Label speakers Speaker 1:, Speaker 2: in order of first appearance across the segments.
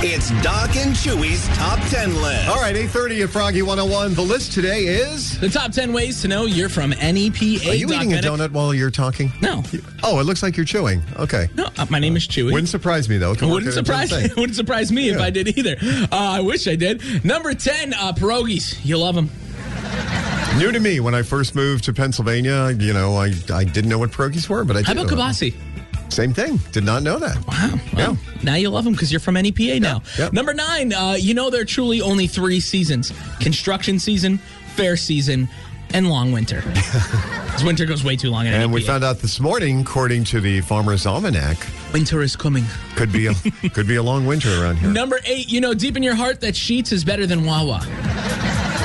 Speaker 1: It's Doc and Chewy's Top 10 List.
Speaker 2: All right, 8.30 at Froggy 101. The list today is...
Speaker 3: The top 10 ways to know you're from E NEPA.
Speaker 2: Are you
Speaker 3: Doc
Speaker 2: eating a
Speaker 3: Bennett.
Speaker 2: donut while you're talking?
Speaker 3: No.
Speaker 2: You- Oh, it looks like you're chewing. Okay.
Speaker 3: No, uh, my name is Chewy.
Speaker 2: Wouldn't surprise me, though. It could work
Speaker 3: Wouldn't
Speaker 2: in its own
Speaker 3: surprise
Speaker 2: thing.
Speaker 3: wouldn't surprise me if
Speaker 2: Yeah.
Speaker 3: I did either. Uh, I wish I did. Number ten, uh, pierogies. You love them.
Speaker 2: New to me when I first moved to Pennsylvania, you know, I, I didn't know what pierogies were, but I did.
Speaker 3: How about
Speaker 2: know them.
Speaker 3: kibasi?
Speaker 2: Same thing. Did not know that.
Speaker 3: Wow. Well, Now you love them because you're from NEPA now.
Speaker 2: yeah.
Speaker 3: Number nine, uh, you know there are truly only three seasons: construction season, fair season, and long winter. 'Cause winter goes way too long. In E
Speaker 2: And we
Speaker 3: NEPA.
Speaker 2: found out this morning, according to the Farmer's Almanac,
Speaker 3: winter is coming.
Speaker 2: could be a, could be a long winter around here.
Speaker 3: Number eight, you know deep in your heart that Sheets is better than Wawa.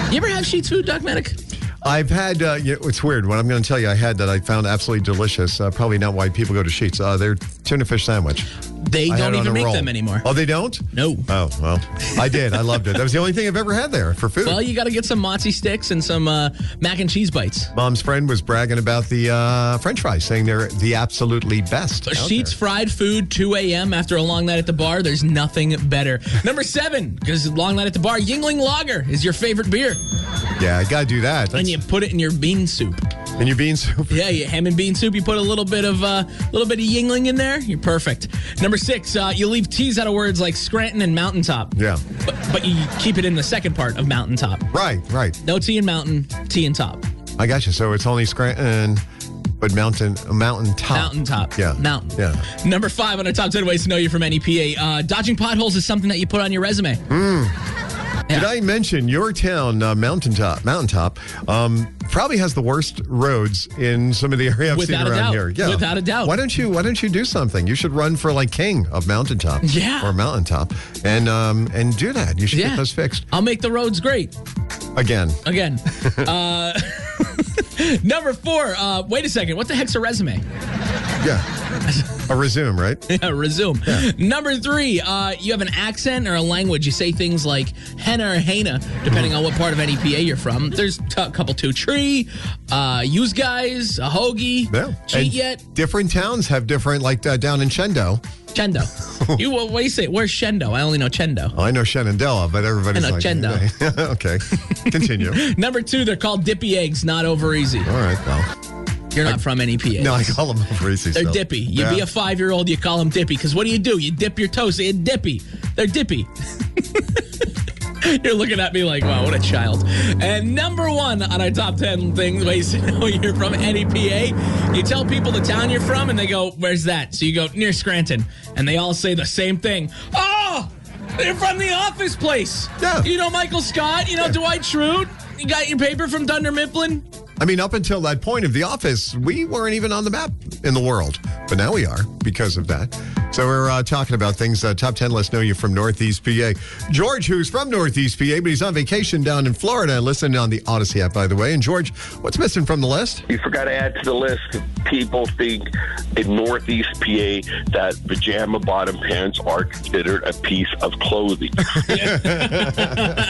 Speaker 3: You ever had Sheets food, Doc Medic?
Speaker 2: I've had, uh, you it's weird. What I'm going to tell you, I had that I found absolutely delicious. Uh, probably not why people go to Sheets. Uh, their tuna fish sandwich.
Speaker 3: They
Speaker 2: I had
Speaker 3: don't
Speaker 2: it on
Speaker 3: even
Speaker 2: a
Speaker 3: make
Speaker 2: roll.
Speaker 3: them anymore.
Speaker 2: Oh, they don't?
Speaker 3: No.
Speaker 2: Oh, well, I did. I loved it. That was the only thing I've ever had there for food.
Speaker 3: Well, you got to get some mozzie sticks and some uh, mac and cheese bites.
Speaker 2: Mom's friend was bragging about the uh, French fries, saying they're the absolutely best. out
Speaker 3: Sheets
Speaker 2: there.
Speaker 3: fried food, 2 a.m. after a long night at the bar. There's nothing better. Number seven, because long night at the bar, Yingling Lager is your favorite beer.
Speaker 2: Yeah, I gotta do that.
Speaker 3: And
Speaker 2: That's-
Speaker 3: you put it in your bean soup.
Speaker 2: and your bean soup.
Speaker 3: Yeah, you ham and bean soup. You put a little bit of uh, little bit of Yingling in there. You're perfect. Number six, uh, you leave T's out of words like Scranton and Mountaintop.
Speaker 2: Yeah.
Speaker 3: But, but you keep it in the second part of Mountaintop.
Speaker 2: Right, right.
Speaker 3: No T in Mountain, T in Top.
Speaker 2: I got you. So it's only Scranton, but mountain, mountain top.
Speaker 3: Mountaintop.
Speaker 2: Yeah.
Speaker 3: Mountain.
Speaker 2: Yeah.
Speaker 3: Number five on our top 10 ways to know you're from NEPA. Uh, dodging potholes is something that you put on your resume.
Speaker 2: Hmm? Did I mention your town, uh, Mountaintop? Mountaintop um, probably has the worst roads in some of the area I've
Speaker 3: Without
Speaker 2: seen
Speaker 3: a
Speaker 2: around
Speaker 3: doubt.
Speaker 2: here.
Speaker 3: Without a doubt.
Speaker 2: Why don't you Why don't you do something? You should run for like king of Mountaintop.
Speaker 3: Yeah.
Speaker 2: Or Mountaintop, and um, and do that. You should
Speaker 3: Yeah.
Speaker 2: get those fixed
Speaker 3: I'll make the roads great.
Speaker 2: again.
Speaker 3: Again. uh, number four. Uh, wait a second. What the heck's a resume?
Speaker 2: Yeah. A resume, right?
Speaker 3: Yeah, resume. Number three. Uh, you have an accent or a language. You say things like henna or hena, depending on what part of NEPA you're from. There's t- a couple two tree, uh, use guys, a hoagie,
Speaker 2: Yeah.
Speaker 3: cheat
Speaker 2: And
Speaker 3: yet,
Speaker 2: Different towns have different, like uh, down in Shendo.
Speaker 3: Chendo. you what, what do you say? Where's Shendo? I only know Chendo.
Speaker 2: Oh, I know Shenandoah, but everybody's
Speaker 3: I know
Speaker 2: like,
Speaker 3: Shendo.
Speaker 2: okay, continue.
Speaker 3: Number two, they're called dippy eggs, not over easy.
Speaker 2: All right, well,
Speaker 3: You're not from NEPA.
Speaker 2: no, I call them Reese's.
Speaker 3: They're
Speaker 2: still.
Speaker 3: dippy. You be
Speaker 2: Yeah.
Speaker 3: a five year old, you call them dippy. Because what do you do? You dip your toes in dippy. They're dippy. You're looking at me like, wow, what a child. And number one on our top 10 things, ways to know you're from NEPA, you tell people the town you're from and they go, where's that? So you go, near Scranton. And they all say the same thing. Oh, they're from the office place.
Speaker 2: Yeah.
Speaker 3: You know Michael Scott, you know Dwight Schrute. You got your paper from Dunder Mifflin?
Speaker 2: I mean, up until that point of the office, we weren't even on the map in the world, but now we are because of that. So we're uh, talking about things. Uh, top 10 Let's know you from Northeast PA. George, who's from Northeast PA, but he's on vacation down in Florida, listening on the Odyssey app, by the way. And George, what's missing from the list?
Speaker 4: You forgot to add to the list. People think in Northeast PA that pajama bottom pants are considered a piece of clothing.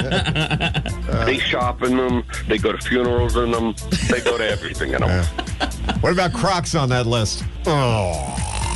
Speaker 4: they shop in them. They go to funerals in them. They go to everything in them.
Speaker 2: What about Crocs on that list? Oh.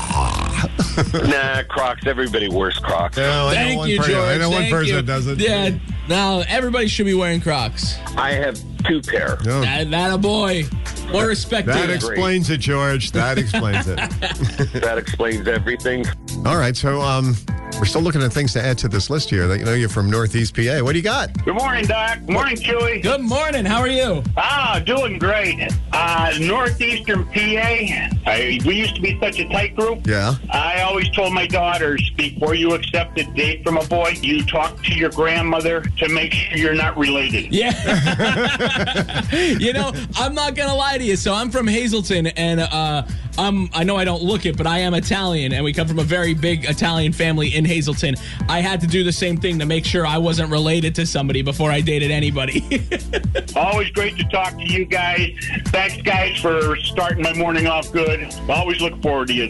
Speaker 4: Nah, Crocs. Everybody wears Crocs.
Speaker 2: No, I know
Speaker 3: Thank
Speaker 2: one
Speaker 3: you,
Speaker 2: person-
Speaker 3: George.
Speaker 2: I know one
Speaker 3: Thank
Speaker 2: person
Speaker 3: you.
Speaker 2: does it.
Speaker 3: Yeah. Now everybody should be wearing Crocs.
Speaker 4: I have two pair.
Speaker 2: Oh,
Speaker 3: That, that a boy. More respect
Speaker 2: that
Speaker 3: to you.
Speaker 2: explains it, George. That explains it.
Speaker 4: That explains everything.
Speaker 2: All right, so um, we're still looking at things to add to this list here. That you know, you're from Northeast PA. What do you got?
Speaker 5: Good morning, Doc. Morning, Chewy.
Speaker 3: Good morning. How are you?
Speaker 5: Ah, doing great. Uh, Northeastern PA. I, we used to be such a tight group.
Speaker 2: Yeah.
Speaker 5: I always told my daughters before you accept a date from a boy, you talk to your grandmother to make sure you're not related.
Speaker 3: Yeah. you know, I'm not gonna lie to you. So I'm from Hazleton, and uh, I'm I know I don't look it, but I am Italian, and we come from a very big Italian family in Hazleton. I had to do the same thing to make sure I wasn't related to somebody before I dated anybody.
Speaker 5: Always great to talk to you guys. Thanks, guys, for starting my morning off good. Always look forward to you.